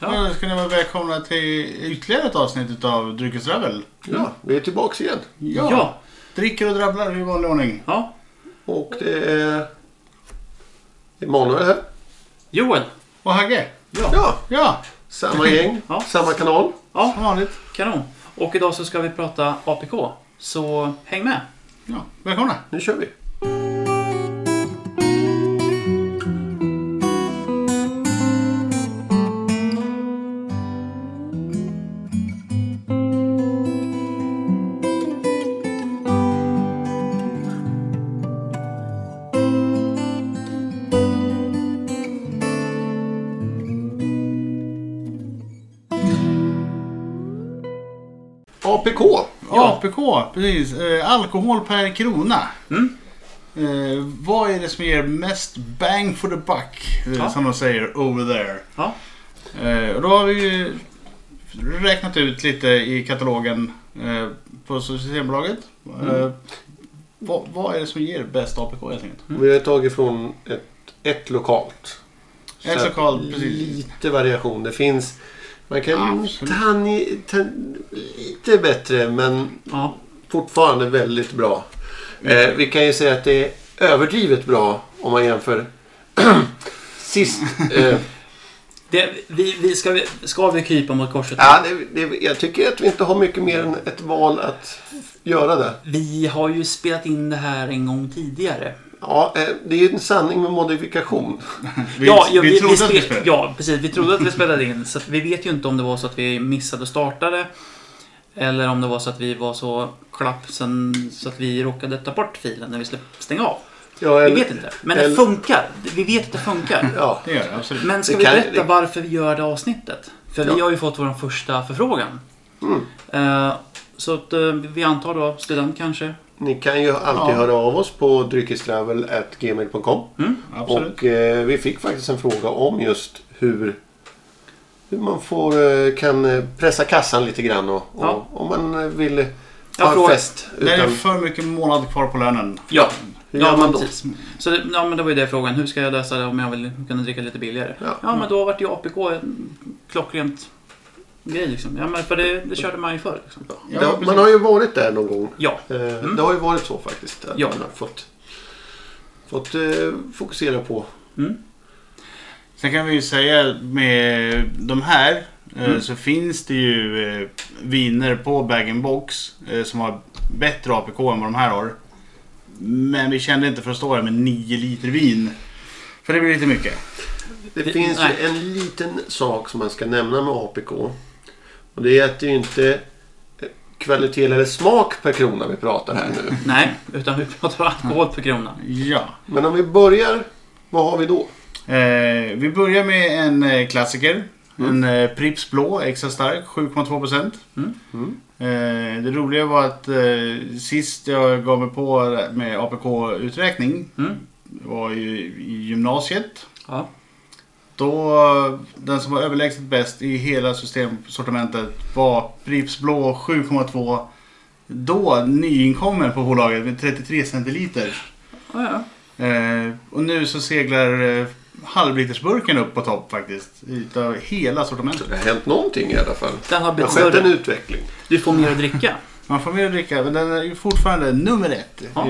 Ja. Då ska ni vara välkomna till ytterligare ett avsnitt av Dryckesdravel. Ja, vi är tillbaka igen. Ja. Ja. Dricker och drabblar i vanlig ordning. Ja. Och det är Emanuel här. Joel. Och Hagge. Ja, Ja, samma gäng, Ja. samma kanal. som Ja, vanligt. kanon. Och idag så ska vi prata APK. Så häng med. Ja, välkomna. Nu kör vi. APK. Mm. APK, precis. Eh, alkohol per krona. Mm. Eh, vad är det som ger mest bang for the buck? Eh, Ja. Som de säger over there. Ja. Eh, och då har vi ju räknat ut lite i katalogen eh, på Systembolaget. Mm. Eh, vad, vad är det som ger bäst APK helt enkelt? Vi har tagit från ett, ett lokalt. Så Ett att lokalt, precis. Lite variation. Det finns... Man kan Absolut. tanj, tan, lite bättre men Ja. fortfarande väldigt bra. Mm. Eh, vi kan ju säga att det är överdrivet bra om man jämför sist. Eh, Det, vi, vi ska, vi, ska vi krypa mot korset? ja, det, det, jag tycker att vi inte har mycket mer än ett val att göra det. Vi har ju spelat in det här en gång tidigare. Ja, eh, det är ju en sanning med modifikation. Vi, ja, ja, vi, trodde att vi spel- spelade. Ja, precis. Vi trodde att vi spelade in. Så att vi vet ju inte om det var så att vi missade och startade. Eller om det var så att vi var så klappsen så att vi råkade ta bort filen när vi skulle stänga av. Ja, Vi eller- vet inte. Men det eller- funkar. Vi vet att det funkar. Ja, Det gör det, absolut. Men ska Det vi kan- berätta det- varför vi gör det avsnittet? För vi Ja. Mm. har ju fått vår första förfrågan. Eh, så att, eh, vi antar då student kanske. Ni kan ju alltid höra av oss på dryckestravel.gmail.com. Mm. Absolut. Och eh, vi fick faktiskt en fråga om just hur, hur man får, eh, kan eh, pressa kassan lite grann och, Ja. och om man eh, vill Ja, ha en fråga- fest. Det är Utan, för mycket månad kvar på lönen. Ja, Hur gör ja man men då? precis. Så det, ja, men det var ju det frågan. Hur ska jag lösa det om jag vill kunna dricka lite billigare? Ja. men då vart ju APK en klockrent grej liksom. Ja, men för det, det körde man ju förr. Liksom. Ja, det, har- precis. Mm. man har ju varit där någon gång. Ja. Eh, Det har ju varit så faktiskt. Att Ja. man har fått, fått eh, fokusera på. Sen kan vi ju säga med de här eh, så finns det ju eh, viner på bag box eh, som har bättre APK än vad de här har. Men vi kände inte för att stå här med 9 liter vin. För det blir lite mycket. Det Det- finns nej. ju en liten sak som man ska nämna med APK. Och det är att det är ju inte eh, kvalitet eller smak per krona vi pratar här nu. Nej, utan vi pratar om alkohol per krona. Ja. Men om vi börjar, vad har vi då? Eh, vi börjar med en eh, klassiker. En eh, Pripps blå, extra stark, 7,2%. Mm. Eh, det roliga var att eh, sist jag gav mig på med APK-uträkning Mm. var ju i gymnasiet. Ja. Då den som var överlägset bäst i hela systemsortimentet var Pripps blå 7,2. Då nyinkommen på bolaget med 33 centiliter. Ja, ja. Eh, och nu så seglar eh, halvlitersburken upp på topp faktiskt. Utav hela sortimentet. Det har hänt någonting i alla fall. Den Det har har blivit skett en större. utveckling. Du får mer att dricka. Man får mer att dricka men den är ju fortfarande nummer ett. Ja.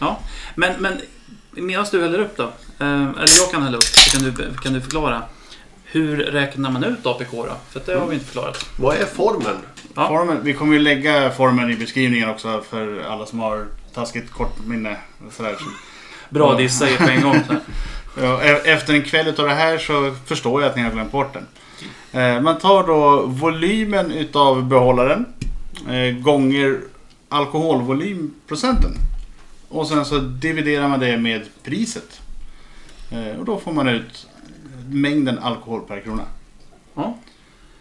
Ja, men, men medan du häller upp då, eh, eller jag kan hälla upp, så kan du, kan du förklara. Hur räknar man ut APK då? För att det har vi inte förklarat. Vad är formen? Ja. Formen, vi kommer ju lägga formen i beskrivningen också för alla som har taskigt kort minne. och Sådär. Bra dissa er på en gång. så här. Ja, e- efter en kväll utav det här så förstår jag att ni har glömt bort den. Eh, Man tar då volymen utav behållaren eh, gånger alkoholvolymprocenten. Och sen så dividerar man det med priset. Eh, Och då får man ut mängden alkohol per krona. Ja.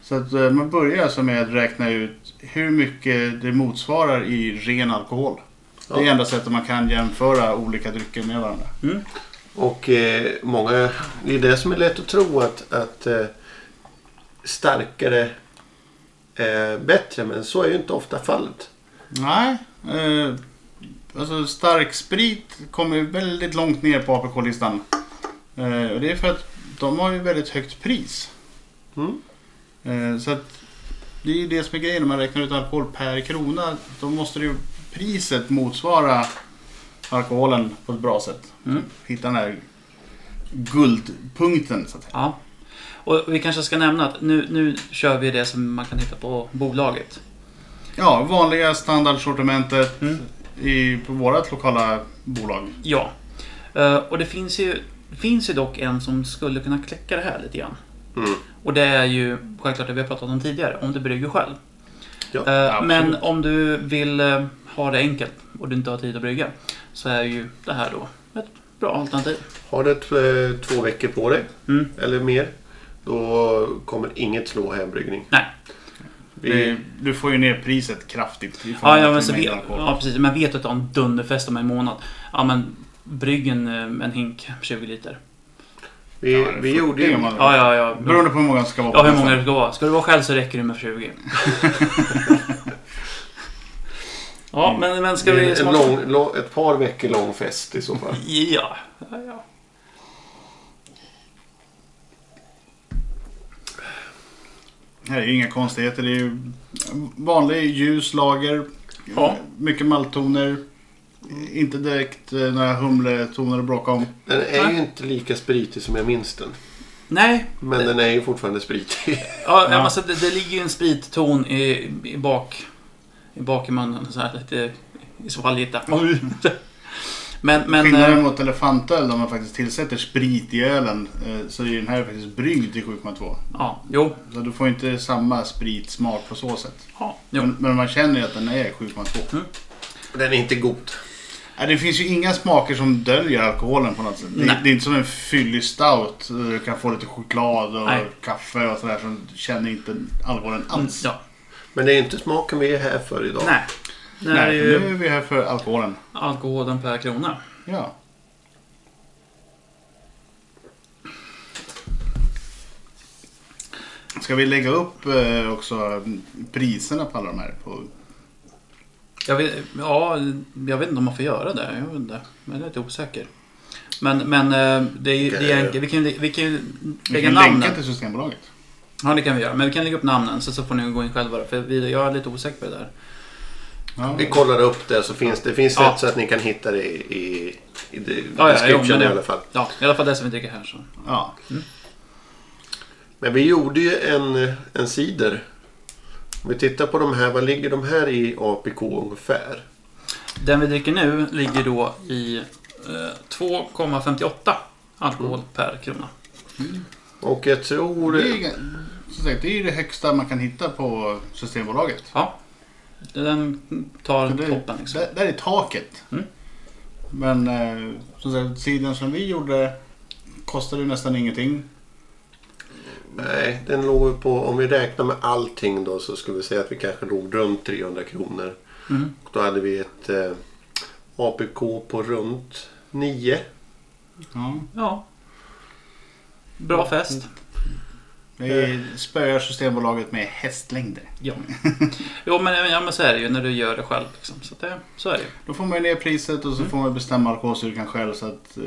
Så att eh, man börjar alltså med att räkna ut hur mycket det motsvarar i ren alkohol. Det är Ja. enda sättet man kan jämföra olika drycker med varandra. Mm, Och eh, många... Det är det som är lätt att tro att, att eh, starkare är bättre. Men så är ju inte ofta fallet. Nej. Eh, alltså stark sprit kommer ju väldigt långt ner på APK-listan. Eh, och det är för att de har ju väldigt högt pris. Mm. Eh, Så att det är ju det som är grejen när man räknar ut alkohol per krona. Då måste det ju priset motsvara alkoholen på ett bra sätt. Mm. Hitta den här guldpunkten så att säga. Ja. Och vi kanske ska nämna att nu, nu kör vi det som man kan hitta på bolaget. Ja, vanliga standardsortimentet Mm. i, på vårt lokala bolag. Ja. Eh, och det finns ju, det finns ju dock en som skulle kunna kläcka det här lite grann. Mm. Och det är ju självklart det vi har pratat om tidigare, om du brygger själv. Ja, Eh, absolut. men om du vill eh, ha det enkelt och du inte har tid att brygga så är ju det här då ett bra alternativ. Har du ett, eh, två veckor på dig Mm. eller mer. Då kommer inget slå hembryggning. Nej. Det, Vi, du får ju ner priset kraftigt. i Ja, förhållande ja, men till så vet, mängden alkohol. ja, precis. Men vet du att du har en dunderfest om en månad? Ja, men brygg en, eh, en hink 20 liter. vi, Ja, det vi får- gjorde det ju... gör man. Ja, ja, ja. Beroende på hur många som ska vara Ja, hur festen. många det ska vara. Ska du vara själv så räcker det med 20. ja, men, men ska vi en smaka? lång, lång, ett par veckor lång fest i så fall. Ja. ja, ja. Det här är ju inga konstigheter. Det är ju vanlig ljus lager. Ja. Mycket malttoner. Inte direkt eh, några humletoner att bråka om. Den är Nej. ju inte lika spritig som jag minns den. Nej. Men den är ju fortfarande spritig. Ja, Ja. Alltså, det, det ligger ju en spritton i, i bak i bak i munnen. Så här, lite i svalget där. Men, men... eh, Skillnaden mot elefantöl där man faktiskt tillsätter sprit i ölen eh, så är ju den här faktiskt bryggd till 7,2. Ja, jo. Så du får inte samma spritsmak på så sätt. Ja, jo. Men, men man känner ju att den är 7,2. Den är inte god. Ja, Det finns ju inga smaker som döljer alkoholen på något sätt. Det, Nej. det är inte som en fyllig stout. eh, Du kan få lite choklad och Nej. Mm, kaffe och sådär. som du känner inte alkoholen alls. Ja. Men det är inte smaken vi är här för idag. Nej. Det här är Nej, ju nu är vi här för alkoholen. alkoholen per krona. Ja. Ska vi lägga upp eh, också priserna på alla de här? På... Jag vet, ja, jag vet inte om man får göra det. Jag vet inte. Men jag är lite osäker. Men, men eh, det är ju det är enkelt. Vi kan ju vi kan ju Vi lägga kan namnen. länka till Systembolaget. Ja, det kan vi göra. Men vi kan lägga upp namnen så, så får ni gå in själva. För vi, jag är lite osäker på det där. Ja. Vi kollar upp det så finns det finns Ja. sätt så att ni kan hitta det i, i, i Ja, ja, jo, description men i det- alla fall. Ja, i alla fall det som vi dricker här. Så. Ja. Mm. Men vi gjorde ju en, en cider. Om vi tittar på de här, vad ligger de här i APK ungefär? Den vi dricker nu ligger då i eh, 2,58 alkohol Mm. per krona. Och jag tror... Det är, ju ga- som sagt, det är ju det högsta man kan hitta på Systembolaget. Ja. Den tar Så det- toppen liksom. Där, där är taket. Mm. Men eh, som sagt, sidan som vi gjorde kostade ju nästan ingenting. Nej, den låg på... Om vi räknar med allting då så skulle vi säga att vi kanske låg runt 300 kronor. Mm. Och då hade vi ett eh, APK på runt 9. Ja. Ja. Bra fest. Vi Eh. spöar Systembolaget med hästlängder. Ja. Jo men, ja, men så är det ju när du gör det själv. Liksom. Så, att det, så är det ju. Då får man ju ner priset och så Mm. får man bestämma alkoholstyrkan själv. Så att, eh,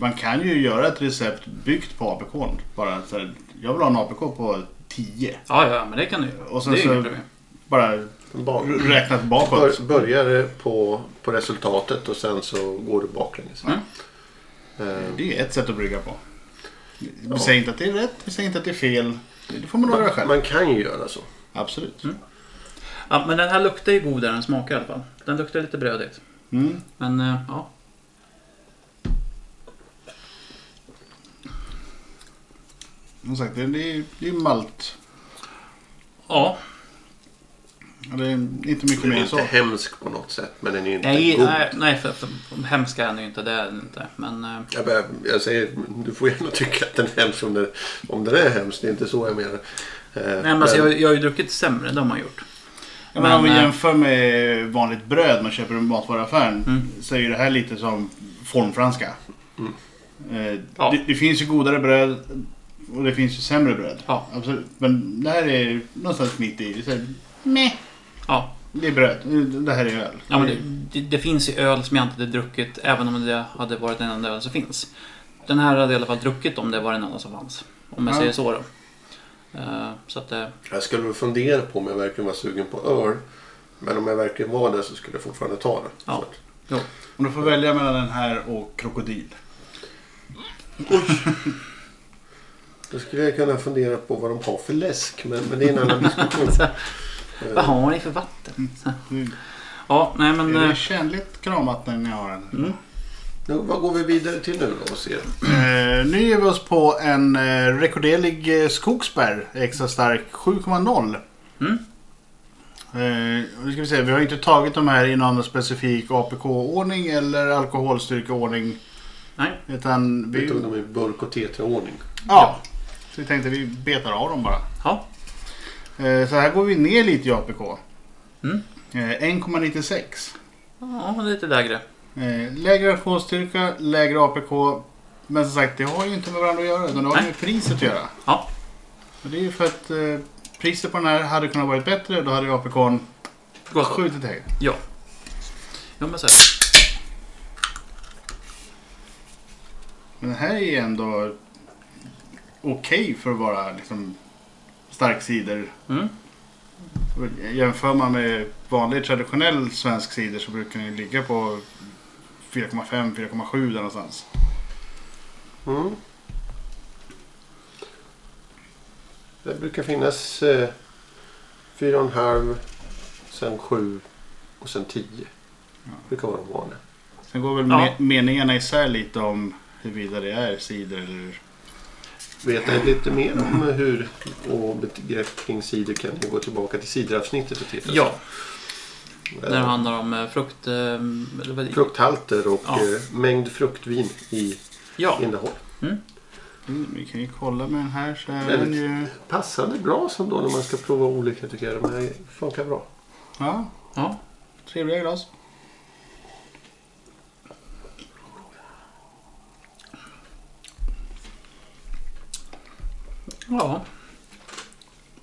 man kan ju göra ett recept byggt på APK. Bara så här, jag vill ha en APK på 10. Ja, ja, men det kan du ju. Mm. Och sen det är så- inget problem. Bara Bak- r- räknat bakåt. Bör, börjar på, på resultatet och sen så går du baklänges. Mm. Eh, Det är ju ett sätt att brygga på. Vi säger inte att det är rätt, vi säger inte att det är fel. Det får man nog göra man, själv. man kan ju göra så. Absolut. Mm. Ja, men den här luktar ju godare än smakar i alla fall. Den luktar lite brödigt. Mm. Men eh, ja. Som sagt, det är- det är det är malt. Ja. Ja, Det är inte mycket Den är mer än så. inte hemsk på något sätt men den är inte Nej, god. nej, nej för, för, hemska är den ju inte. Det är den inte. Men eh, Jag, bör, jag säger, du får gärna tycka att den är hemsk om den, om den är hemsk. Det är inte så jag menar. Eh, nej, men alltså, jag, jag har ju druckit sämre. Det har man gjort. Ja, men om vi Men, eh, jämför med vanligt bröd man köper i matvaruaffären Mm. så är ju det här lite som formfranska. Eh, Ja. Det, det finns ju godare bröd och det finns ju sämre bröd. Ja. Absolut. Men det här är någonstans mitt i. Det är, så här, meh, Ja, det är bröd. Det här är öl. ja men det, det, det finns ju öl som jag inte hade druckit även om det hade varit den enda öl som finns. Den här hade jag i alla fall druckit om det var den enda som fanns. Om jag Ja. säger så då. Så att, eh, Jag skulle väl fundera på om jag verkligen var sugen på öl. Men om jag verkligen var det så skulle jag fortfarande ta det. Ja. Så att- Om du får välja mellan den här och krokodil. Då skulle jag kunna fundera på vad de har för läsk. Men, men det är en annan diskussion. Eh, vad har ni för vatten? Mm. Ja, nej men... Är eh, det känligt kranvatten jag har den? Mm. Nu, vad går vi vidare till nu då och ser? Eh, nu ger vi oss på en eh, rekorderlig eh, skogsbär. Extra stark 7,0. Mm. Eh, nu ska vi se, vi har inte tagit de här i någon specifik APK-ordning eller alkoholstyrkeordning. Nej. Utan Vi vi, tog dem i burk och tetraordning. ja, så vi tänkte vi betar av dem bara. Ja. Eh, så här går vi ner lite i APK. Mm. Eh, 1,96. ja, lite lägre. Eh, lägre alkoholstyrka, lägre APK. Men som sagt, det har ju inte med varandra att göra utan det har ju Nej. med priset att göra. Ja. Och det är ju för att eh, priset på den här hade kunnat varit bättre. Då hade ju APKn Gott. skjutit högre. Ja. Ja men så här. Men den här är ju ändå okej för att vara liksom, stark cider. Mm. Och Jämför man med vanlig traditionell svensk cider så brukar den ju ligga på 4,5-4,7 där någonstans. Mm. Det brukar finnas eh, 4,5, sen 7 och sen 10. brukar vara de vanliga. Sen går väl Ja. me- meningarna isär lite om huruvida det är cider eller... Vet ni lite mer om hur och begrepp kring cider kan ni gå tillbaka till cideravsnittet och titta. Ja, Eh, när det handlar om eh, frukt... eh, Eller vad det- Frukthalter och Ja. eh, mängd fruktvin i Ja, innehåll. Mm, vi kan ju kolla med den här så är Väldigt. den ju... Passade bra som då när man ska prova olika tycker jag. De här funkar bra. Ja, ja. trevliga glas. ja.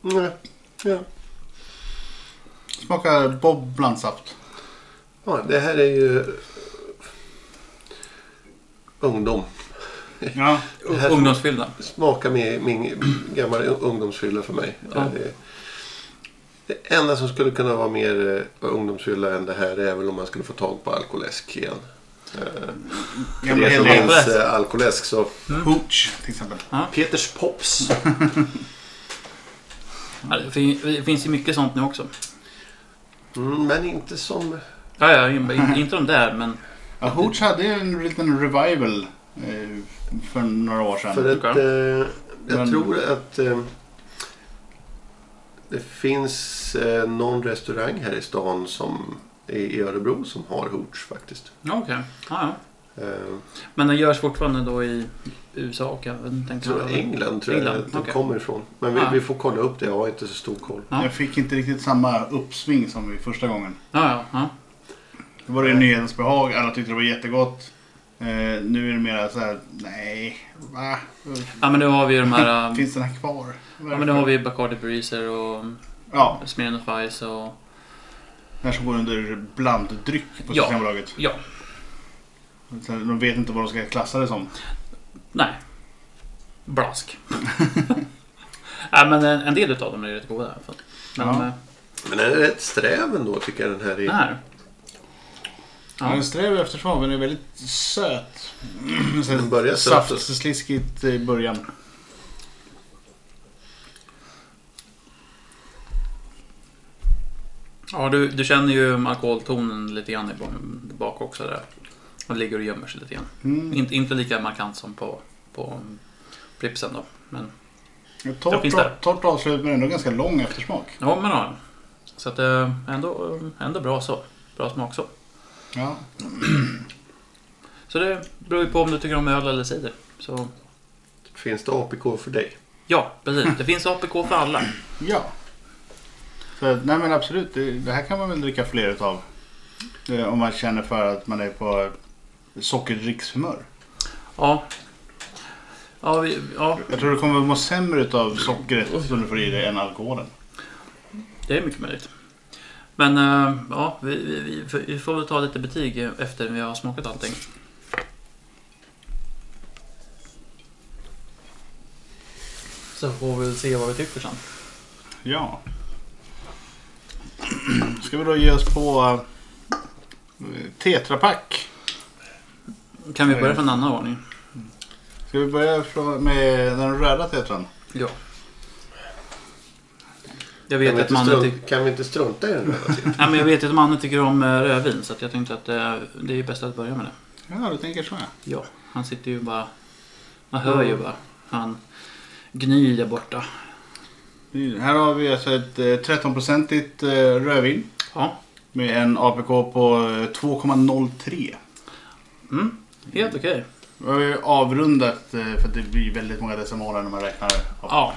Mm. Ja. Smakar Bob blandsaft. Ja, det här är ju ungdom. Ja. Det här Ungdomsfyllda. smakar med min gamla ungdomsfylla för mig. Ja. Det- Det enda som skulle kunna vara mer eh, ungdomsfylla än det här är väl om man skulle få tag på alkoläsk igen. För Gamla det som heliga. helvete. finns eh, alkoläsk så... Hooch till exempel. Peters Pops. Ja, det fin- det finns ju mycket sånt nu också. Mm, men inte som... Ja, ja, in- inte de där men... Ja, Hooch hade ju en liten revival eh, för några år sedan. För att, Okej. eh, jag Men- tror att eh, det finns eh, någon restaurang här i stan som i i Örebro som har Hooch faktiskt. Ja, okej. Ja, Eh, ja. Men det görs fortfarande då i USA och även jag tänkte tror England tror jag England, att den okej. kommer ifrån. Men vi, Ah. vi får kolla upp det, jag har inte så stor koll. Ja. Jag fick inte riktigt samma uppsving som vid första gången. Ja, ja, ja. Det var det nyhetens behag, alla tyckte det var jättegott. Eh, nu är det mer så här, nej, va? ja men nu har vi ju de här... eh, Finns den här kvar? Ja men nu har vi Bacardi Breezer och Ja, Smirnoff Ice och... den här som går under blanddryck på Ja. Systembolaget. Ja, Så De vet inte vad de ska klassa det som. nej. Blask. Nej men en en del utav dem är rätt goda i alla fall. Men, Ja. eh, Men den är rätt sträv ändå tycker jag den här Den är. här? Ja. Den Ja. strävar efter smak, men den är väldigt söt. Så här Den börjar söt. alltså. Saftsliskigt i början. ja, du, du känner ju alkoholtonen lite grann i bak- bak också där. Och ligger och gömmer sig lite grann. Mm. Inte- inte lika markant som på, på Pripsen då. Men, Ett Den Torrt, finns där. torrt, torrt avslut men ändå ganska lång eftersmak. ja, men ja. Så att eh, ändå, eh, ändå bra så. Bra smak så. Ja. Så det beror ju på om du tycker om öl eller cider. Så Finns det APK för dig? ja, precis. Det finns APK för alla. ja. Så, att, nej men absolut, det, det här kan man väl dricka fler utav. Eh, Om man känner för att man är på sockerdrickshumör. Ja. Ja, vi, ja, Jag tror du kommer må sämre utav sockret som du får i dig än alkoholen. Det är mycket möjligt. Men eh, ja, vi, vi, vi, får- vi får väl ta lite betyg efter vi har smakat allting. Så får vi väl se vad vi tycker sen. Ja. Ska vi då ge oss på eh, Tetra Pak. Kan vi börja från en annan ordning? Ska vi börja från- med den röda tetran? Ja. Kan Jag vet vi, att inte mannen tycker... strunta, kan vi inte strunta i den här? Nej, men jag vet att mannen tycker om eh, rödvin så att jag tänkte att eh, det är bäst att börja med det. Ja, du tänker så. här. Ja, han sitter ju bara... Man hör ju bara. Han gnyr där borta. Här har vi alltså ett eh, 13-procentigt eh, rödvin Ja, med en APK på eh, 2,03. mm. helt okej. Vi har ju avrundat eh, för att det blir väldigt många decimaler när man räknar. Ja. Ja.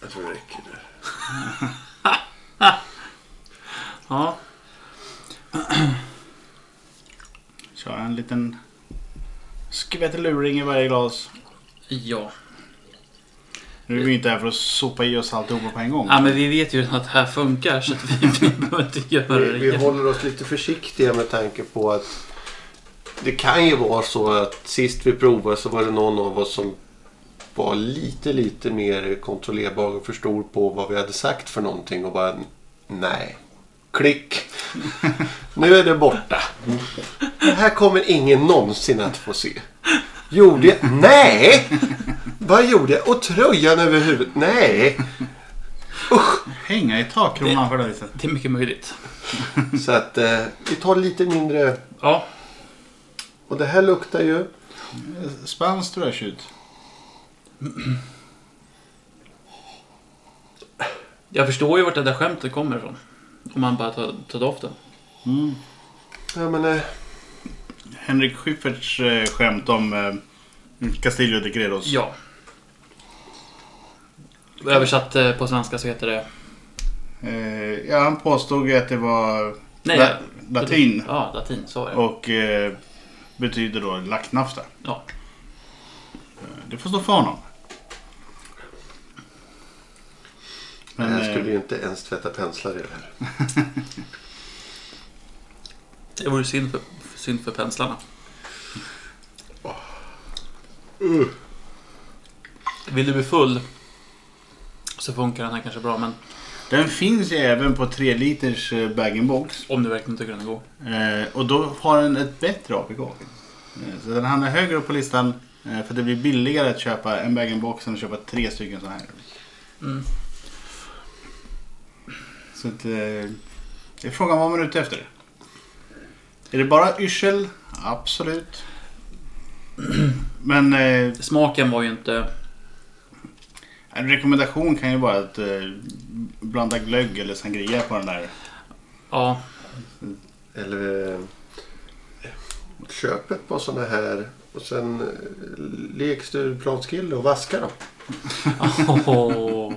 Jag tror det räcker där. ja. Kör en liten skvätteluring i varje glas. Ja. Nu är vi inte här för att sopa i oss alltihopa på en gång. Ja, men vi vet ju att det här funkar så att vi, vi behöver inte göra Vi, vi det. håller oss lite försiktiga med tanke på att det kan ju vara så att sist vi provade så var det någon av oss som var lite, lite mer kontrollerbar och förstod på vad vi hade sagt för någonting och bara nej. Klick! Nu är det borta. Det här kommer ingen någonsin att få se. Gjorde jag? Nej! Vad gjorde jag? Och tröjan över huvudet? Nej! Hänga i takkronan för det viset. Det är mycket möjligt. Så att eh, vi tar lite mindre Ja. Och det här luktar ju... Spanskt rödtjut. Jag förstår ju vart det där skämtet kommer ifrån. Om man bara tar, tar doften. Ja, men, eh, Henrik Schyfferts eh, skämt om eh, Castillo de Gredos. Ja. Översatt eh, på svenska så heter det... Eh, ja, han påstod ju att det var Nej, la- jag- latin Ja, latin. Så var det. och eh, betyder då lacknafta. Ja. Det får stå för honom. Men, jag skulle eh, ju inte ens tvätta penslar i det här. Det vore synd för, synd för penslarna. Vill du bli full så funkar den här kanske bra, men den finns ju även på 3 liters eh, bag-in-box. om du verkligen tycker den är god. Eh, och då har den ett bättre APK. Eh, så den hamnar högre upp på listan. Eh, för det blir billigare att köpa en bag-in-box än att köpa tre stycken sådana här. Mm. Så att, eh, det är frågan vad man är ute efter. Är det bara yrsel? Absolut. Men eh, Smaken var ju inte... en rekommendation kan ju vara att eh, blanda glögg eller sangria på den där. Ja, Eller... Eh, köp ett par sådana här och sen eh, lek styrplanskille och vaska dem. Åh.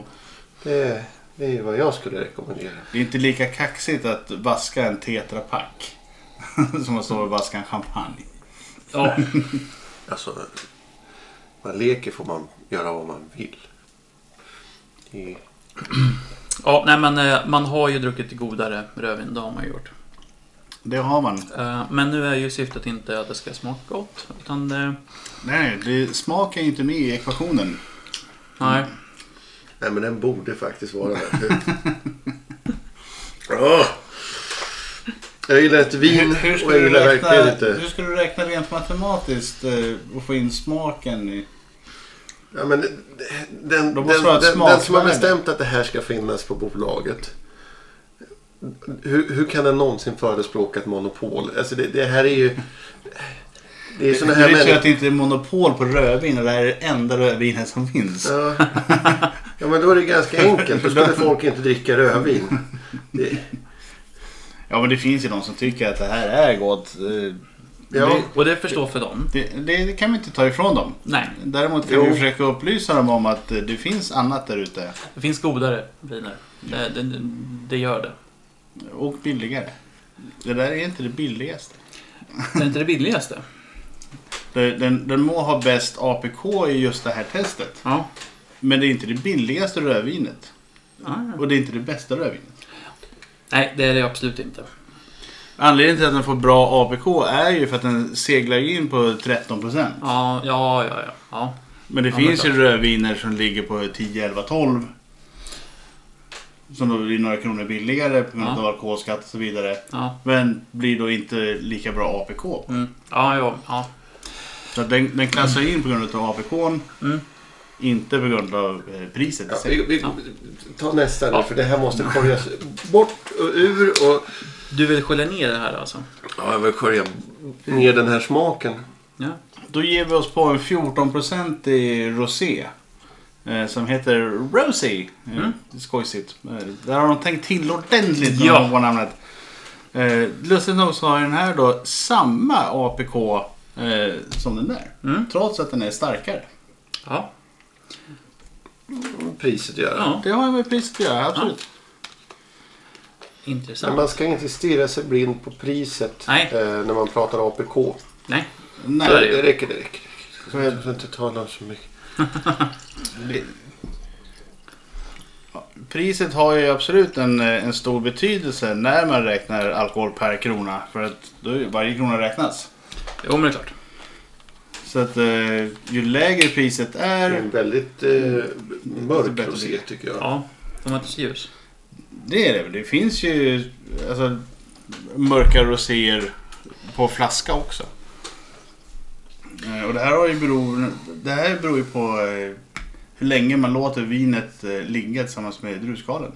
Det, det är ju vad jag skulle rekommendera. Det är inte lika kaxigt att vaska en Tetra Pak som att stå och vaska en champagne. ja. Alltså, man leker får man göra vad man vill. I, ja, nej men eh, man har ju druckit godare rödvin, det har man ju gjort. Det har man. Eh, Men nu är ju syftet inte att det ska smaka gott, utan eh, det... Nej, det, smak är ju inte med i ekvationen. Nej. nej, men den borde faktiskt vara där. Åh! Jag gillar ett vin och jag gillar verkligen inte... hur ska du räkna rent matematiskt eh, och få in smaken? i- Ja, men den, den, Då den, måste du ha ett den som har smakvärde. bestämt att det här ska finnas på bolaget. Hur, hur kan den någonsin förespråka ett monopol? Alltså det, det här är ju... Det är Det såna här är tur att människor... det inte är monopol på rödvin och det här är det enda rödvinet som finns. Ja. ja, men då är det ganska enkelt. Då skulle folk inte dricka rödvin. Det, Ja, men det finns ju de som tycker att det här är gott. Eh, ja, Och det förstår för dem. Det, det, det kan vi inte ta ifrån dem. Nej, Däremot kan Jo. vi försöka upplysa dem om att eh, det finns annat där ute. det finns godare viner. Det, det, det gör det. Och billigare. Det där är inte det billigaste. Det är inte det billigaste. Den, den, den må ha bäst APK i just det här testet. Ja. Men det är inte det billigaste rödvinet. Ja, ja. Och det är inte det bästa rödvinet. Nej, det är det absolut inte. Anledningen till att den får bra APK är ju för att den seglar ju in på 13%. Ja, ja, ja. ja, ja. Men det Ja, finns men ju rödviner som ligger på 10, 11, 12. Som då blir några kronor billigare på grund Ja. av alkoholskatt och så vidare. Ja, Men blir då inte lika bra APK. mm. ja, ja, ja. Så att den, den klassar in på grund av APKn. Mm. Inte på grund av eh, priset i Ja, sig. vi, vi, Ja. ta nästa nu Ja. för det här måste sköljas bort och ur och... Du vill skölja ner det här alltså? Ja, jag vill skölja ner den här smaken. Ja. Då ger vi oss på en 14% i rosé. Eh, som heter Rosie. Eh, Mm. Skojsigt. Eh, där har de tänkt till ordentligt Ja. ja. på namnet. Eh, lustigt nog så har den här då samma APK eh, som den där. Mm. Trots att den är starkare. Ja. Priset gör det. ja. Det har ju med priset att göra, absolut. Men Intressant. man ska inte stirra sig blind på priset Nej. eh, när man pratar APK. Nej. Nej, Så är Det räcker, det räcker. Det räcker. för jag- Jag ska inte tala så mycket. Det- Priset har ju absolut en, eh, en stor betydelse när man räknar alkohol per krona. För att då är ju varje krona räknas. Jo, men det är klart. Så att eh, ju lägre priset Det är är, en väldigt eh, mörk bättre rosé bild. tycker jag. Ja. De var inte så ljus. det är det. Det finns ju alltså, mörka roséer på flaska också. Eh, Och det här, har ju beror, det här beror ju på eh, hur länge man låter vinet eh, ligga tillsammans med druvskalen.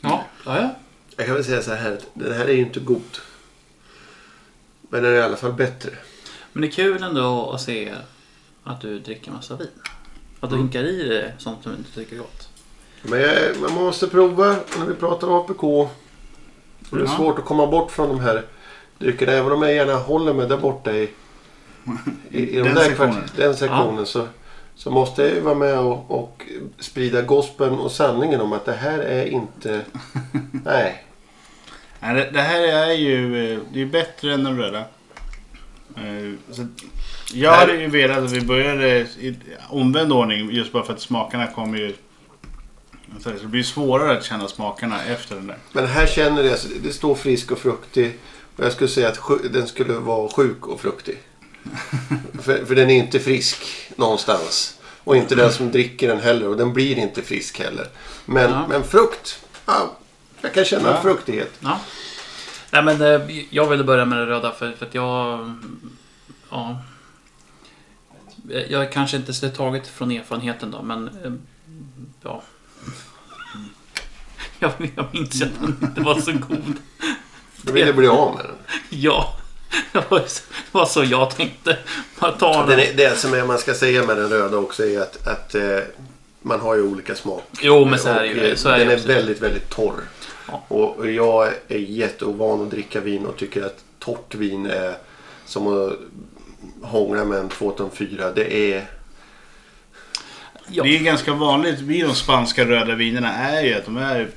Ja, ja. ja. Jag kan väl säga så här. Den här är ju inte god. Men den är i alla fall bättre. Men det är kul ändå att se att du dricker massa vin. Att du hinkar i dig sånt som du inte tycker är gott. Men jag, man måste prova när vi pratar APK. Och det är Ja. svårt att komma bort från de här dryckerna. Även om jag gärna håller mig där borta i, i, i Den den, där sektionen. sektionen, den sektionen så, så måste jag ju vara med och, och sprida gospeln och sanningen om att det här är inte... Nej. Nej, det, det här är ju eh, det är bättre än den röda. Eh, Så att jag Här- hade ju velat att vi började i omvänd ordning just bara för att smakerna kommer ju... Så det blir svårare att känna smakerna efter den där. Men här känner jag, så det står frisk och fruktig. Och jag skulle säga att sju- den skulle vara sjuk och fruktig. för, för den är inte frisk någonstans. Och inte den som dricker den heller. Och den blir inte frisk heller. Men, Ja. men frukt. Ja, jag kan känna Ja. fruktighet. Ja. Nej, men eh, jag ville börja med det röda för, för att jag... Ja. Jag kanske inte skulle tagit från erfarenheten då, men... eh, Ja. Jag, jag minns ju att den inte var så god. Då vill jag bli av med den. Ja. Det var, så- det var så jag tänkte. Bara ta den den. är, det som är, man ska säga med den röda också är att, att eh, man har ju olika smak. Jo, men så är det Och, eh, ju. Så är den det är ju. väldigt, väldigt torr. Ja. Och och jag är jätteovan att dricka vin och tycker att torrt vin är som att hångla med en 2,4. Det är... Ja. Det är ganska vanligt vid de spanska röda vinerna är ju att de är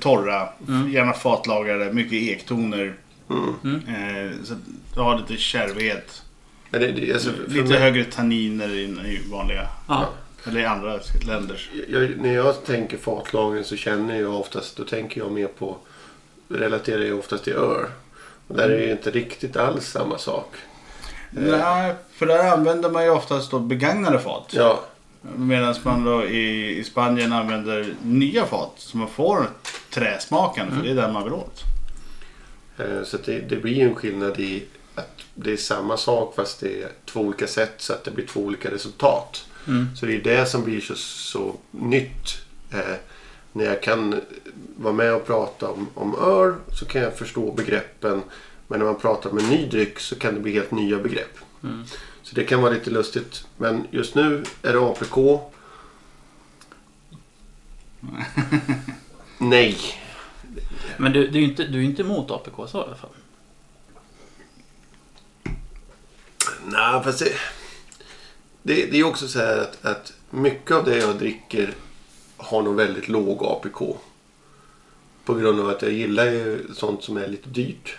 torra, gärna fatlagrade, mycket ektoner. Mm. Eh, Så att du har lite kärvhet. Men det, det, alltså, för Mm. Lite mig- högre tanniner i i vanliga, Ja. eller i andra länders. jag, när jag tänker fatlagring så känner jag oftast, då tänker jag mer på, relaterar jag oftast till öl. Och där är det ju inte riktigt alls samma sak. Eh. Nej, för där använder man ju oftast då begagnade fat. Ja, Medan man då i, i Spanien använder nya fat. Så man får träsmaken, för Mm. det är där man vill åt. Eh, Så att det, det blir ju en skillnad i att det är samma sak fast det är två olika sätt så att det blir två olika resultat. Mm. Så det är det som blir så, så nytt. Eh, när jag kan vara med och prata om, om öl så kan jag förstå begreppen. Men när man pratar om en ny dryck så kan det bli helt nya begrepp. Mm. Så det kan vara lite lustigt. Men just nu är det APK. Nej. Men du, du, är ju inte, du är ju inte emot APK så i alla fall. Nej, fast det, det, det är också så här att, att mycket av det jag dricker har nog väldigt låg APK. På grund av att jag gillar ju sånt som är lite dyrt.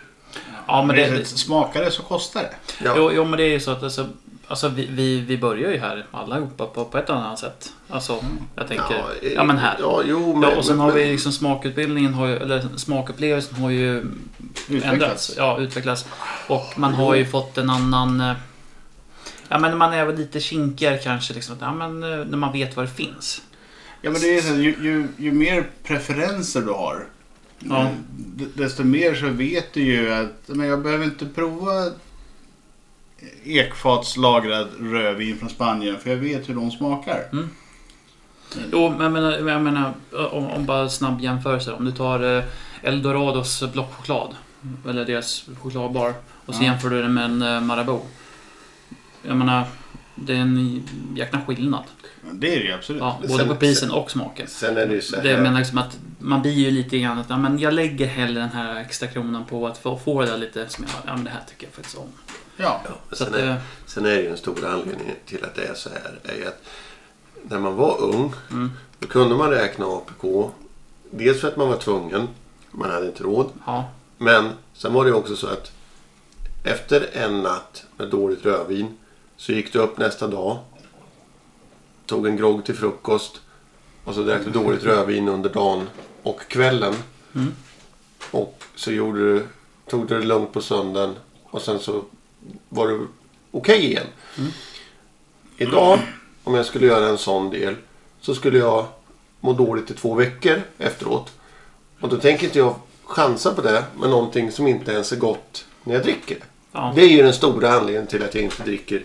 Ja, men det, smakar det så kostar det. Ja, Jo, jo, men det är ju så att alltså, Alltså vi, vi, vi börjar ju här allihopa på, på ett eller annat sätt. Alltså jag tänker, ja, eh, men här. Ja, Ja, jo, men, och sen har men- vi liksom smakutbildningen, har ju, eller smakupplevelsen har ju ändrats. Utvecklats. Ja, utvecklats. Och man har ju fått en annan... eh, Ja men man är väl lite kinkigare kanske liksom. att, Ja, men, eh, när man vet vad det finns. Ja, men det är så, ju, ju, ju mer preferenser du har. eh, Ja. d- Desto mer så vet du ju att men jag behöver inte prova ekfatslagrad rödvin från Spanien för jag vet hur de smakar. Mm. Jo, men jag menar, men jag menar om, om bara snabb jämförelse. Om du tar eh, Eldorados blockchoklad. Eller deras chokladbar. Och så Ja. jämför du den med en eh, Marabou. Jag menar, det är en jäkla skillnad. Men Det är det ju absolut. Ja, Mm. Sen- både på prisen och smaken. Sen är det ju så här. Det jag menar liksom att man blir ju lite grann att ja, men jag lägger hellre den här extra kronan på att få, få det där lite som jag, ja men det här tycker jag faktiskt om. Ja. Ja, men Så sen, att, är, eh, sen är det ju en stor anledning till att det är så här. är ju att när man var ung Mm. då kunde man räkna APK. Dels för att man var tvungen. Man hade inte råd. ja. Men sen var det ju också så att efter en natt med dåligt rödvin så gick du upp nästa dag, tog en grogg till frukost och så drack du dåligt rödvin under dagen och kvällen. Och så gjorde du, tog du det lugnt på söndagen och sen så var du okej igen. Idag, om jag skulle göra en sån del, så skulle jag må dåligt i två veckor efteråt. Och då tänker inte jag chansa på det med någonting som inte ens är gott när jag dricker. Ja. Det är ju den stora anledningen till att jag inte dricker,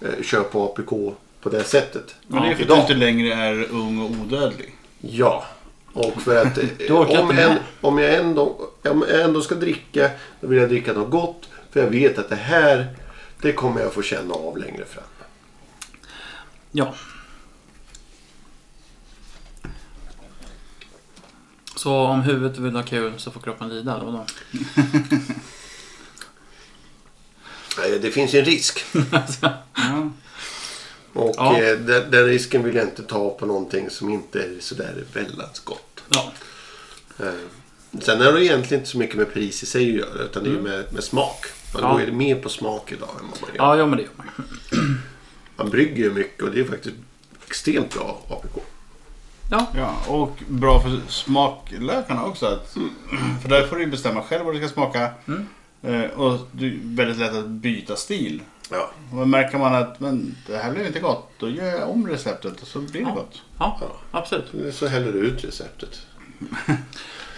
eh, kör på APK på det sättet. Men det är för att idag. du inte längre är ung och odödlig. Ja. Och för att eh, orkar om, inte en, med. om, jag ändå, om jag ändå ska dricka, då vill jag dricka något gott. För jag vet att det här, det kommer jag få känna av längre fram. Ja. Så om huvudet vill ha kul så får kroppen lida? Eller vadå? Eh, Det finns ju en risk. Ja. Och Ja. eh, den, den risken vill jag inte ta på någonting som inte är sådär väldigt gott. Ja. Eh, Sen är det egentligen inte så mycket med pris i sig att göra utan det är Mm. ju med, med smak. Man Ja. går ju mer på smak idag än vad man gör. ja, jo men det gör man. Man brygger ju mycket och det är faktiskt extremt bra APK. Ja, Ja, och bra för smaklökarna också. Att, För där får du ju bestämma själv vad det ska smaka. Eh, Och det är väldigt lätt att byta stil. Ja. Och märker man att men, det här blev inte gott, då gör jag om receptet och så blir det Ja. gott. ja Ja. absolut. Så häller du ut receptet.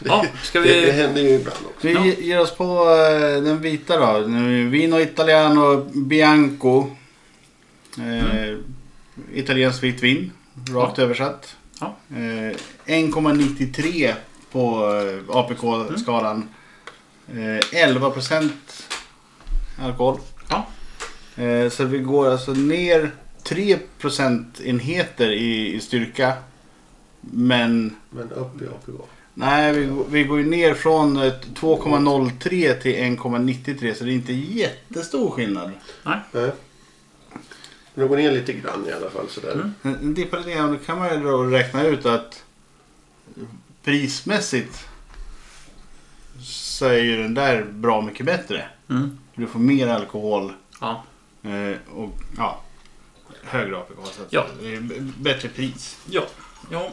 Ja, ska Det, det vi... händer ju ibland också. Vi Ja. ger oss på eh, den vita då. Nu, Vino Italiano Bianco. Eh, Italienskt vitt vin. Rakt översatt. Ja. Eh, 1,93 på eh, APK-skalan. Eh, 11% alkohol. Ja. Eh, så vi går alltså ner 3 procentenheter i, i styrka. Men Men upp i APK. Nej, vi, går- vi går ju ner från eh, 2,03 till 1,93 så det är inte jättestor skillnad. Nej. Nej. Men det går ner lite grann i alla fall sådär. Mm. Den den dippar lite grann, då kan man ju då räkna ut att prismässigt så är ju den där bra mycket bättre. Mm. Du får mer alkohol Ja. eh, och ja, högre APK. Så att Ja. det är b- bättre pris. Ja. ja.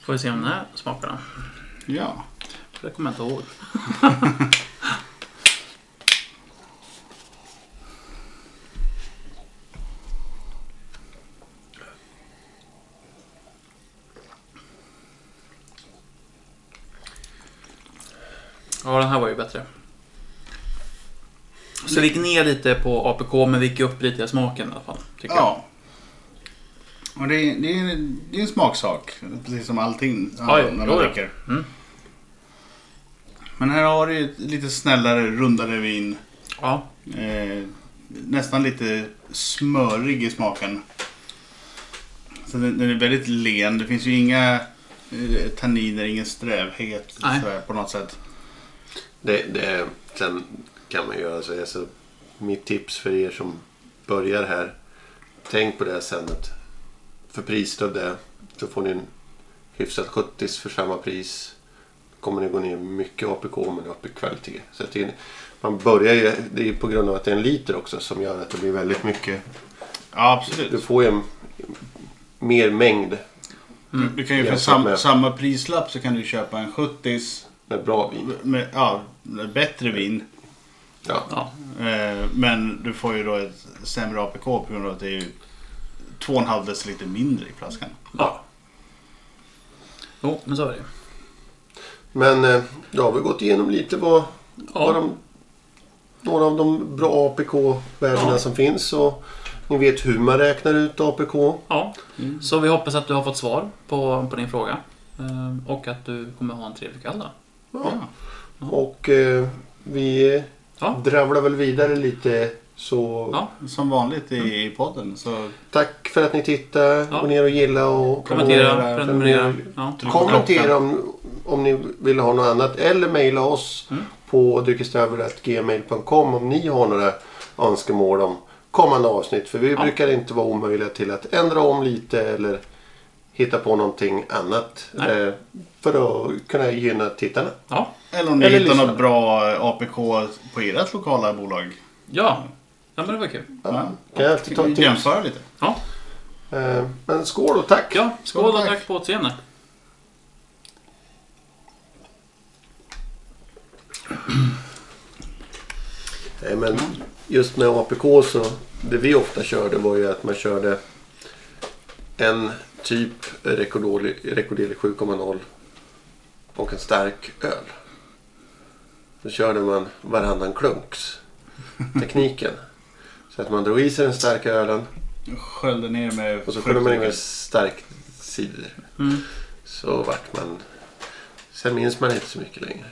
Får vi se om den här smakar då. Ja. Det kommer jag inte ihåg. Ja, den här var ju bättre. Så vi gick ner lite på APK, men vi gick upp lite i smaken i alla fall. Tycker ja. Och det, är- det, är, en- det är en smaksak, precis som allting Ja, ja. när Jo, man ja. dricker. Mm. Men här har du ju ett lite snällare, rundare vin. jag. Ja. Eh, nästan lite smörig i smaken. Så den, den är väldigt len. Det finns ju inga eh, tanniner, ingen strävhet Nej. sådär, på något sätt. Det, det, sen kan man göra så här. Så mitt tips för er som börjar här. Tänk på det här sen. Att för priset av det så får ni en hyfsat 70 för samma pris kommer det gå ner mycket APK men upp i kvalitet. Så att det är, man börjar ju, det är ju på grund av att det är en liter också som gör att det blir väldigt mycket. Ja, Du absolut. får ju en, mer mängd Mm. Du kan ju för Jämfört sam, med- samma prislapp så kan du köpa en 70s med bra vin. med, ja, med bättre vin. Ja. Ja. Eh, Men du får ju då ett sämre APK på grund av att det är ju 2,5 deciliter mindre i flaskan. ja. Jo, men så är det ju. Men eh, då har vi gått igenom lite vad, vad Ja, de, några av de bra APK-värdena Ja. som finns. Och ni vet hur man räknar ut APK. ja. Så vi hoppas att du har fått svar på, på din fråga. Ehm, Och att du kommer ha en trevlig kväll då. Ja. Och eh, vi Ja. dravlar väl vidare lite. Så Ja. Som vanligt i, i podden så tack för att ni tittar. Ja. Gå ner och gilla och Kommentera, Prenumerera, prenumerera. prenumerera. Ja. tryck på kommentera klockan. om, om ni vill ha något annat. Eller mejla oss Mm. på dryckestövel.gmail.com om ni har några önskemål om kommande avsnitt. För vi brukar inte vara omöjliga till att ändra om lite eller hitta på någonting annat. Nej. Eh, för att kunna gynna tittarna. Ja. Eller om ni Eller hittar lyssna. något bra APK på ert lokala bolag. ja, ja men det var kul. Ja. Kan jag alltid ta ett tips? Jämföra lite. Ja, Eh, men skål och tack! ja. skål och tack. tack på återseende. Nej, Eh, men just med APK så det vi ofta körde var ju att man körde en typ Recordoli Recordeli 7.0 och en stark öl. Då körde man varannan klunks tekniken. så att man drog i sig den starka ölen Sköljde ner med och så sköljde man in med fruktdrycker. stark cider. Mm. Så vart man... Sen minns man inte så mycket längre.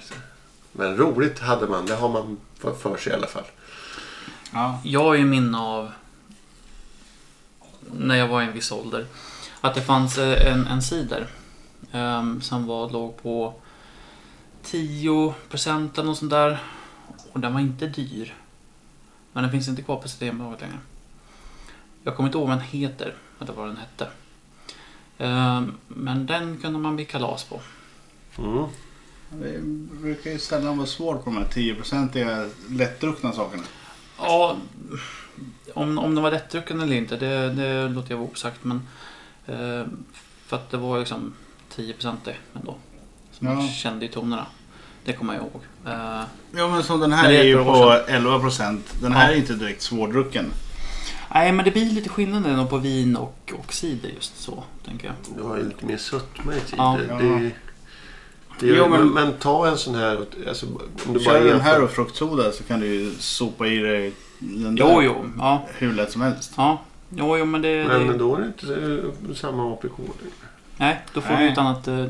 Men roligt hade man, det har man för- för sig i alla fall. Ja. Jag har ju minne av när jag var i en viss ålder att det fanns eh, en, en cider ehm, som var, låg på 10% eller något sånt där. Och den var inte dyr. Men den finns inte kvar på Systembolaget längre. Jag kommer inte ihåg vad den heter, eller vad den hette. Ehm, men den kunde man bli kalas på. Mm. Det brukar ju sällan vara svårt på de här 10-procentiga lättdruckna sakerna. Ja, om, om den var lättdrucken eller inte, det, det låter jag vara osagt. Men, eh, för att det var liksom 10% det ändå. Så man Ja. kände ju tonerna. Det kommer jag ihåg. Eh, Ja men som den här Men det är är ju ett på bra 11 procent. Den här Ja. är inte direkt svårdrucken. nej, men det blir lite skillnad ändå på vin och, och cider just så, tänker jag. Du har ju lite mer sötma i tid. Ja. det, det, det gör, Jo, men- men, men ta en sån här... Alltså, om du Kör bara du den här jämför- och fruktsoda så kan du ju sopa i dig den Jo, jo, ja. hur lätt som helst. ja. Jo, jo, men det... Men det då är det inte eh, samma APK. nej, då får du Nej. ju ett annat... eh,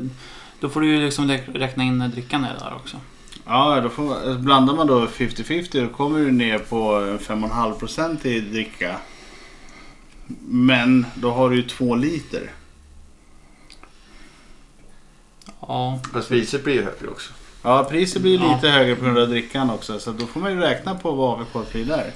Då får du ju liksom rä- räkna in drickan i det där också. Ja, då får, blandar man då 50-50 då kommer du ner på 5,5 procent i dricka. Men då har du ju två liter. Ja, Fast priset blir ju högre också. Ja, priset blir ju Ja. lite högre på grund av drickan också. Så då får man ju räkna på vad AVK-pris är.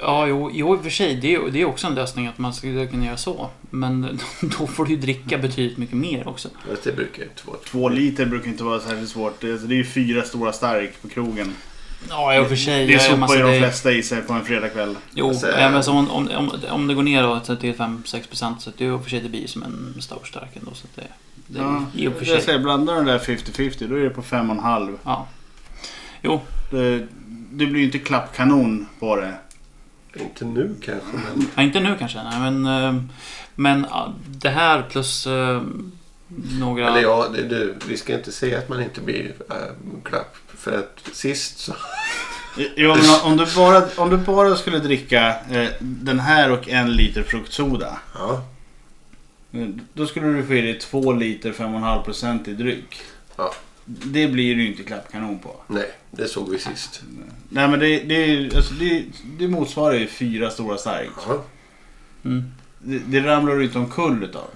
Ja, jo, jo i och för sig. Det är, ju- det är också en lösning att man skulle kunna göra så. Men då får du ju dricka betydligt mycket mer också. Fast det brukar ju inte vara. Två liter brukar inte vara särskilt svårt. Det alltså, det är ju fyra stora stark på krogen. Ja, i och för sig. Det jag- jag- sopar ju alltså, de det- flesta i sig på en fredagkväll. Jo, Alltså, ja, men så om, om, om, om det går ner då till 5-6% så att det är i och för sig det blir ju som en stout stark ändå. Så att det, det är i och för jag sig. säger, blandar den där 50-50 då är det på 5,5. Ja. Jo, Det, det blir ju inte klappkanon på det. Inte nu kanske, men ja, inte nu kanske. Nej, men, eh, men ja, det här plus eh, några... eller ja, det, det, vi ska inte säga att man inte blir äh, klapp. För att sist så... Ja, men om, du bara, om du bara skulle dricka eh, den här och en liter fruktsoda. Ja, eh, Då skulle du få i dig två liter 5,5% i dryck. ja Det blir du ju inte klappkanon på. nej, det såg vi sist. Nej men det, det, är ju- alltså det, det motsvarar ju fyra stora stark. Ja. Mm. Det, det ramlar du inte omkull utav.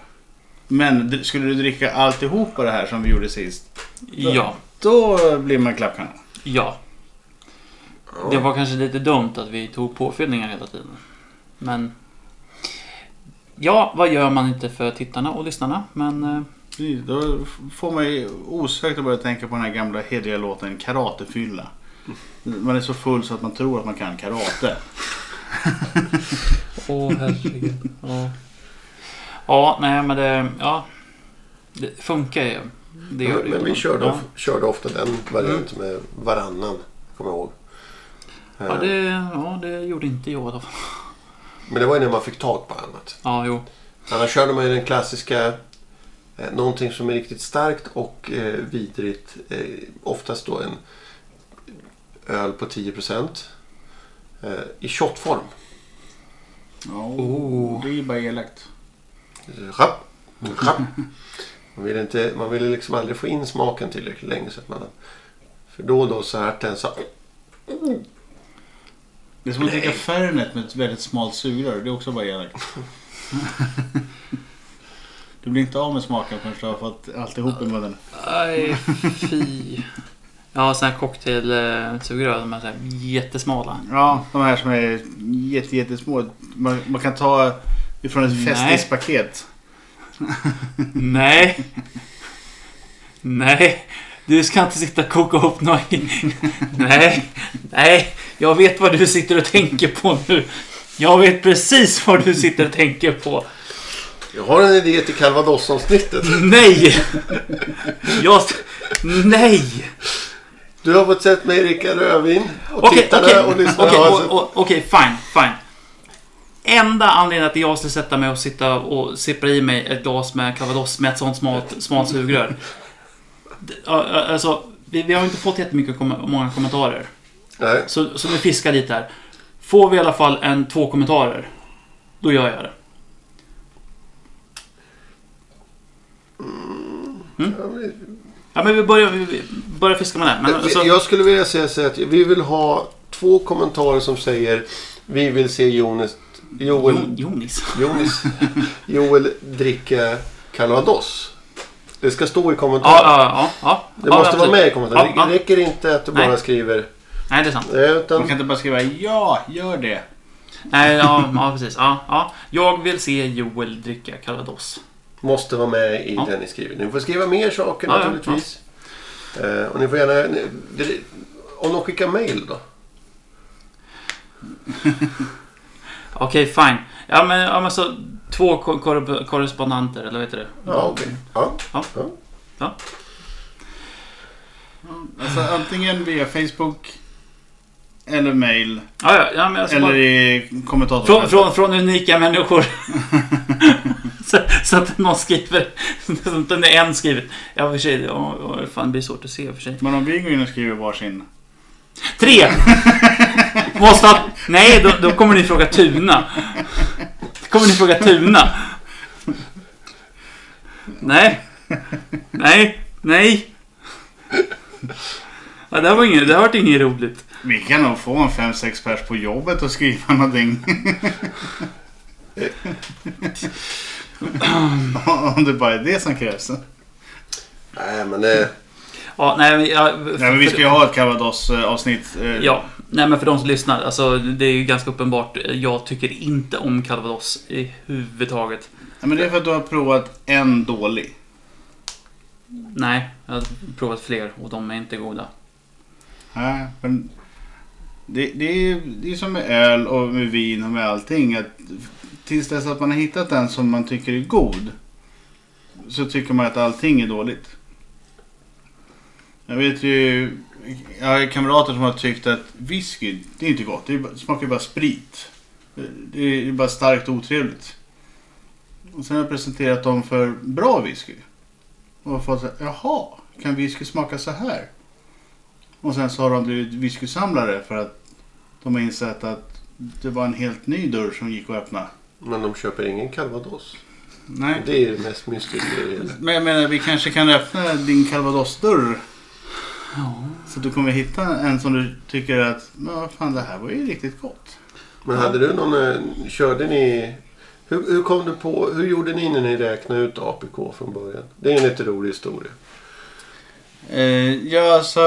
Men d- skulle du dricka alltihopa det här som vi gjorde sist. Ja. Då blir man klappkanon. Ja. Det var kanske lite dumt att vi tog påfyllningar hela tiden. Men... Ja, vad gör man inte för tittarna och lyssnarna? Men eh, Precis, Då får man ju osökt att börja tänka på den här gamla hederliga låten Karatefylla. Man är så full så att man tror att man kan karate. Åh herregud. ja. ja, nej men det... Ja. Det funkar ju. Det gör det ju. Men vi körde, ja. Mm. körde ofta den varianten med varannan. Kommer jag ihåg. Ja Eh, det, ja, det gjorde inte jag i alla fall. Men det var ju när man fick tag på annat. Ja, jo. Annars körde man ju den klassiska eh, någonting som är riktigt starkt och eh, vidrigt. Eh, oftast då en öl på 10% eh, i shotform. Ja, Oh. Det är ju bara elakt. Rapp, rapp. Man ville, inte, man ville liksom aldrig få in smaken tillräckligt länge. Så att man, för då och då så här den så Det är som att dricka Fernet med ett väldigt smalt sugrör. Det är också bara elakt. Du blir inte av med smaken förrän du har fått alltihop i munnen. Aj, fy. Jag har sån här cocktailsugrör som är så här jättesmala. Ja, de här som är jätte, jättesmå. Man, man kan ta ifrån ett Nej. fästispaket. Nej. Nej. Du ska inte sitta och koka upp några... Nej. Nej. Jag vet vad du sitter och tänker på nu. Jag vet precis vad du sitter och tänker på. Jag har en idé till calvados-avsnittet. Nej! Jag... Nej! Du har fått sett mig dricka rödvin och Okej, tittare okej, och lyssnare okej, har o- sett- o- okej, fine, fine. Enda anledningen att jag skulle sätta mig och sitta och sippra i mig ett glas med calvados med ett sånt smalt, smalt sugrör. D- ja, ja, Alltså, vi, vi har ju inte fått jättemycket kom många kommentarer. Nej, Så, så vi fiskar lite här. Får vi i alla fall en två kommentarer, då gör jag det. Mm. ja, men- Ja, men vi börjar, vi- vi börjar fiska med det. här. Men, Jag- alltså, Jag skulle vilja säga så att vi vill ha två kommentarer som säger vi vill se Jonas, Jo- Joel, Jonis. Jonas, Joel dricka calvados. Det ska stå i Ja, kommentaren. ja, ja. ja. Det ja, måste vara absolut. med i kommentaren. Ja, Det ja. räcker inte att du Nej. bara skriver. Nej, det är sant. eh, Man Utan, kan inte bara skriva ja, gör det. Nej, ja, ja precis. Ja, ja. Jag vill se Joel dricka calvados. måste vara med i Ja. det ni skriver. Ni får skriva mer saker Ja, ja, naturligtvis. Eh, Och ni får gärna... ni- det- Om de skickar mail då? Okej, fine. Ja, men, ja, men så två kor- kor- korrespondenter, eller vad heter det? Ja, okej. Ja. Ja. Ja. Alltså antingen via Facebook eller mail. Ja, ja, ja, men alltså, Eller bara, i kommentatorn. från, från, från unika människor. så, så att någon skriver, så att inte en skriver. Ja, för sig, ja, ja, fan, det blir svårt att se i och för sig. Men om vi går in och skriver varsin. Tre! Måste ha... Nej, då, då kommer ni fråga Tuna. Då kommer ni fråga Tuna. Nej. Nej. Nej. Ja, det här var inget, det här var inget roligt. Vi kan nog få en 5-6 pers på jobbet och skriva någonting. om det bara är det som krävs. Nej, men eh, det... Ja, nej, men, ja, Nej, men vi ska ju ha ett Calvados eh, avsnitt. eh, ja, nej, men för de som lyssnar. Alltså, det är ju ganska uppenbart. Jag tycker inte om calvados i huvud taget. Nej, Men det är för att du har provat en dålig. Nej, jag har provat fler och de är inte goda. Nej, men det, det är ju det är som med öl och med vin och med allting. Att tills dess att man har hittat den som man tycker är god. Så tycker man att allting är dåligt. Jag vet ju jag har ju kamrater som har tyckt att whisky, det är inte gott. Det är bara- smakar ju bara sprit. Det är bara starkt och otrevligt. Och sen har jag presenterat dem för bra whisky. Och fått säga, jaha, kan whisky smaka så här? Och sen så har de blivit whiskysamlare för att de har insett att det var en helt ny dörr som gick att öppna. Men de köper ingen calvados. Nej. Det är det mest mystiska i det hela. Men jag menar, vi kanske kan öppna din calvados-dörr. Ja. Så att du kommer hitta en som du tycker att, ja fan det här var ju riktigt gott. Men hade du någon... eh, Körde ni... Hur, hur kom du på... Hur gjorde ni när ni räknade ut APK från början? Det är en lite rolig historia. Eh, ja, alltså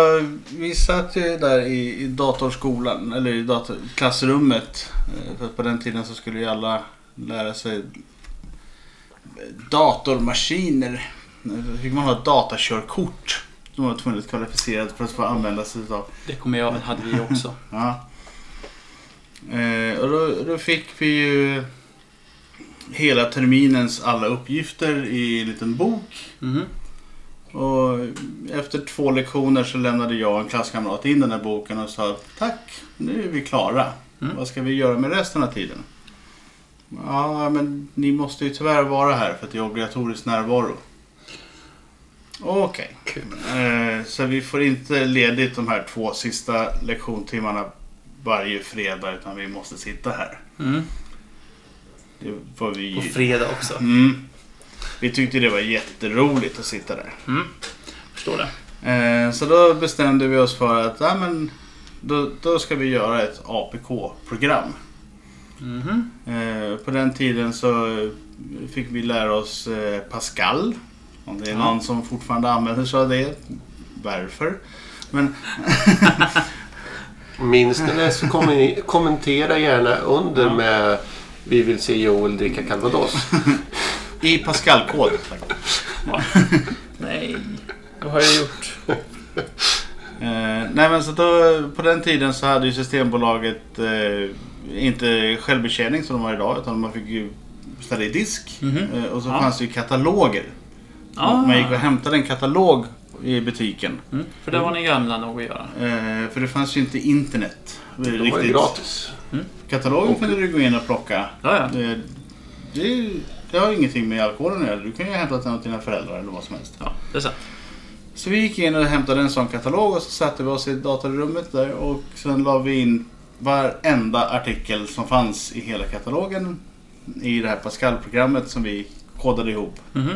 vi satt ju där i, i datorskolan, eller i dator, klassrummet. Eh, för att på den tiden så skulle ju alla lära sig datormaskiner. då fick man ha ett datakörkort. Som man var tvungen att kvalificera för att få använda sig utav. Det kommer jag, hade vi också. Ja. Eh, och då, då fick vi ju hela terminens alla uppgifter i en liten bok. Mhm. Och efter två lektioner så lämnade jag och en klasskamrat in den här boken och sa tack, nu är vi klara. Mm. Vad ska vi göra med resten av tiden? Ja, men ni måste ju tyvärr vara här för att det är obligatorisk närvaro. Okej. Eh, Så vi får inte ledigt de här två sista lektiontimmarna varje fredag utan vi måste sitta här. Mm. Det var vi... På fredag också. Mm. Vi tyckte det var jätteroligt att sitta där. Förstår det. Eh, så då bestämde vi oss för att ja, men, då, då ska vi göra ett APK-program. Mhm. Eh, på den tiden så eh, fick vi lära oss eh, Pascal. Om det är Ja. någon som fortfarande använder sig av det. Varför? Men Minns ni det så kom- kommentera gärna under med Vi vill se Joel dricka calvados. i Pascal-kod. tack. Nej, vad har jag gjort? Eh, nej men så då, på den tiden så hade ju Systembolaget eh, inte självbetjäning som de har idag utan man fick ju ställa i disk. Mhm. Eh, och så Ja. Ah. fanns det ju kataloger. Man gick och hämtade en katalog i butiken. Mm, för det var ni gamla nog att göra. Eh, för det fanns ju inte internet. De var ju gratis. Katalogen kunde du gå in och plocka. Ja, ja. Eh, det, det har ju ingenting med alkoholen att göra. Du kan ju hämta den åt dina föräldrar eller vad som helst. ja det är sant. Så vi gick in och hämtade en sån katalog och så satte vi oss i datarummet där och sen la vi in varenda artikel som fanns i hela katalogen i det här Pascal-programmet som vi kodade ihop. Mhm.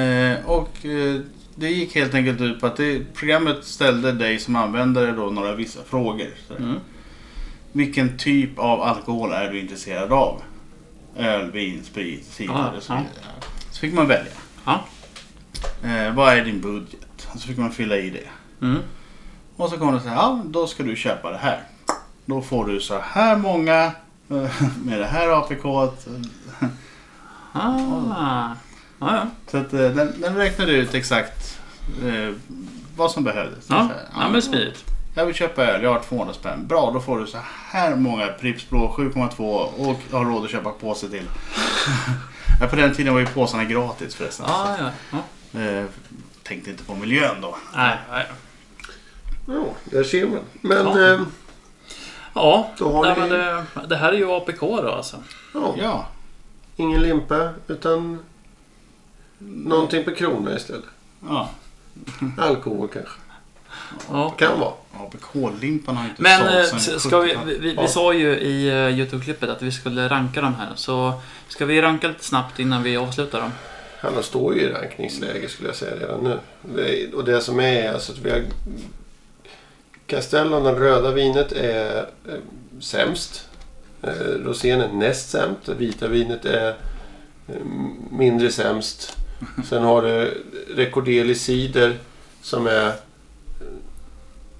Eh, och eh, det gick helt enkelt ut på att det, programmet ställde dig som användare då några vissa frågor. Så, här, Mm. Vilken typ av alkohol är du intresserad av? Öl, vin, sprit, cider Ja, och så Ah, ja. vidare. Så fick man välja. Ja. Eh, vad är din budget? Och så fick man fylla i det. Mm. Och så kom det så här, ja, då ska du köpa det här. Då får du så här många eh, med det här APK. Ah. Ja, ja. Så att eh, den, den räknade ut exakt eh, vad som behövdes. Ja, Så här, ja men smidigt. Jag vill köpa öl, jag har 200 spänn. Bra, då får du så här många Pripps Blå 7,2 och har råd att köpa påse till. ja, på den tiden var ju påsarna gratis förresten. Ja, ja. ja. Så, eh, tänkte inte på miljön då. Nej, nej. Ja, där ser man. Men Ja. eh, Ja, Då har nej, ni- men det, det här är ju APK då alltså. ja, Ja, ingen limpa utan någonting på krona istället. ja. Alkohol kanske. Ja. Kan vara. ABK-limpan har inte Men sålts eh, sedan ska vi, 70-talet. vi, vi, Ja. vi sa ju i eh, Youtube-klippet att vi skulle ranka de här. Så ska vi ranka lite snabbt innan vi avslutar dem? Han står ju i rankningsläge skulle jag säga redan nu. Det- Och det som är alltså att vi har... Castellon, det röda vinet, är eh, sämst. Eh, Rosén är näst sämst. Det vita vinet är eh, mindre sämst. Sen har du Recordeli cider som är eh,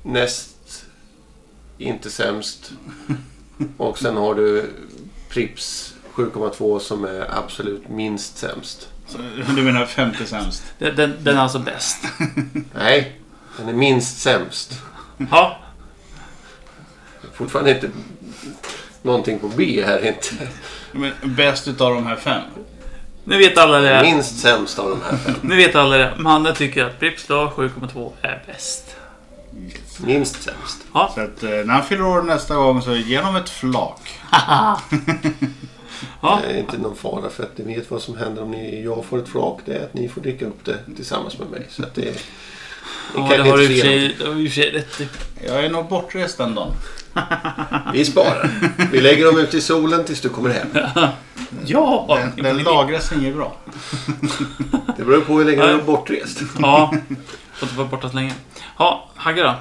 näst inte sämst. Och sen har du Prips 7,2 som är absolut minst sämst. Så, Du menar 50 sämst? Den, den, den är alltså bäst. Nej, den är minst sämst. Ja, Fortfarande inte någonting på B här inte. Men bäst utav de här fem? nu vet alla det. Minst sämst av de här fem. Nu vet alla det. Manne tycker att Pripps Law 7,2 är bäst. Minst sämst. Ja, Så att eh, när han fyller år nästa gång så ge honom ett flak. ja. Det är inte någon fara för att ni vet vad som händer om ni, jag får ett flak. Det är att ni får dricka upp det tillsammans med mig. Så att det, är- ni ja kan det har du i och inte se för sig- det har du i och för sig rätt i. Jag är nog bortrest den dagen. någonting. Vi sparar. Vi lägger dem ute i solen tills du kommer hem. Ja! Den, den lagras inget bra. Det beror på hur länge du är bortrest. Ja, får inte vara borta så länge. Ja, Hagge då?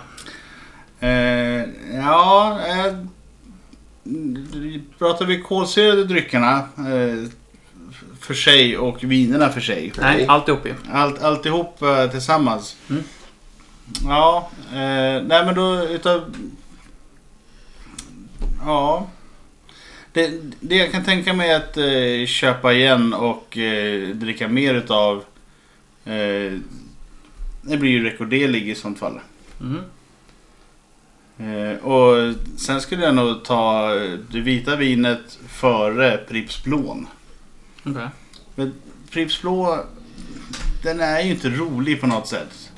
Eh, ja, eh, pratar vi kolsyrade dryckerna eh, för sig och vinerna för sig. Nej, Nej. alltihop ju. Allt, alltihop eh, tillsammans. Mm. Ja, eh, nej men då utav... Ja. Det, det jag kan tänka mig att eh, köpa igen och eh, dricka mer utav Eh, det blir ju rekorddelig i sånt fall. Mm. Eh, och sen skulle jag nog ta eh, det vita vinet före Pripps blån. Okej. Pripps blå, den är ju inte rolig på något sätt.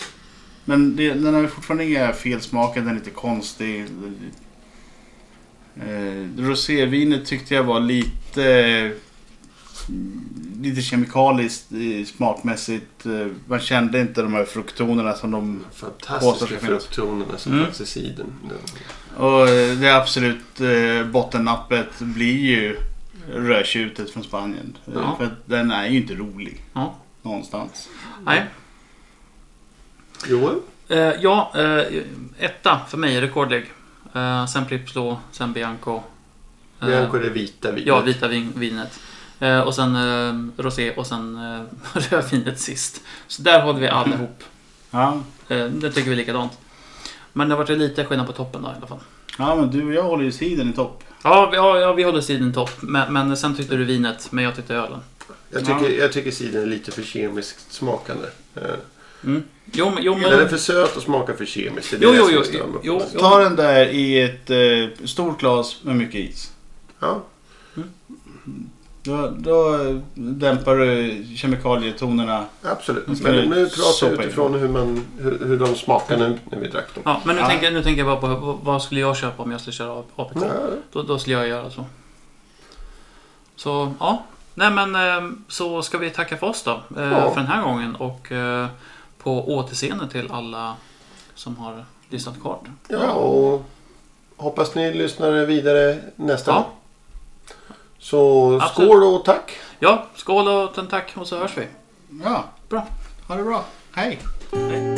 Men det, den har ju fortfarande inga felsmaker, den är lite konstig. Eh, rosévinet tyckte jag var lite, mm, lite kemikaliskt eh, smakmässigt. Eh, man kände inte de här fruktonerna som de Påstår Fantastiska sig finnas. frukttonerna som Mm. fanns i sidan. Och det absolut eh, bottennappet blir ju rödtjutet från Spanien. Eh, Ja. För att den är ju inte rolig Ja. någonstans. Nej. Joel? Eh, ja, eh, etta för mig är rekordlig. Eh, sen Pripps Blå, sen Bianco. Eh, Bianco är det vita vinet. Ja, vita vin, vinet. Eh, och sen eh, rosé och sen eh, rödvinet sist. Så där håller vi allihop. Ja. Eh, det tycker vi likadant. Men det har varit lite skillnad på toppen då i alla fall. ja, men du och jag håller ju sidan i topp. Ja, vi, ja, ja, vi håller sidan topp. Men, men sen tyckte du vinet, men jag tyckte ölen. Jag tycker, jag tycker sidan är lite för kemiskt smakande. Eh, Mm. Jo, men... Jo, men Den är för söt och smakar för kemiskt. Det är jo, det jo, som jo, jag stör jo, mig jo, på. Ta den där i ett eh, stort glas med mycket is. Ja. Då, då eh, dämpar du kemikalietonerna. Absolut, ska vi men nu pratar sopa in jag utifrån hur, man, hur, hur de smakar nu när vi drack dem. Ja, men nu, Ja. tänker, nu tänker jag bara på vad- vad skulle jag köpa om jag skulle köra APK? Ja, Då, då skulle jag göra så. Så ja, nej men eh, så ska vi tacka för oss då eh, Ja. för den här gången och eh, på återseende till alla som har lyssnat klart. ja, och hoppas ni lyssnar vidare nästa Ja. gång. Så Absolut. skål och tack! Ja, skål och tack och så hörs vi. Ja, Bra. ha det bra. Hej! Hej.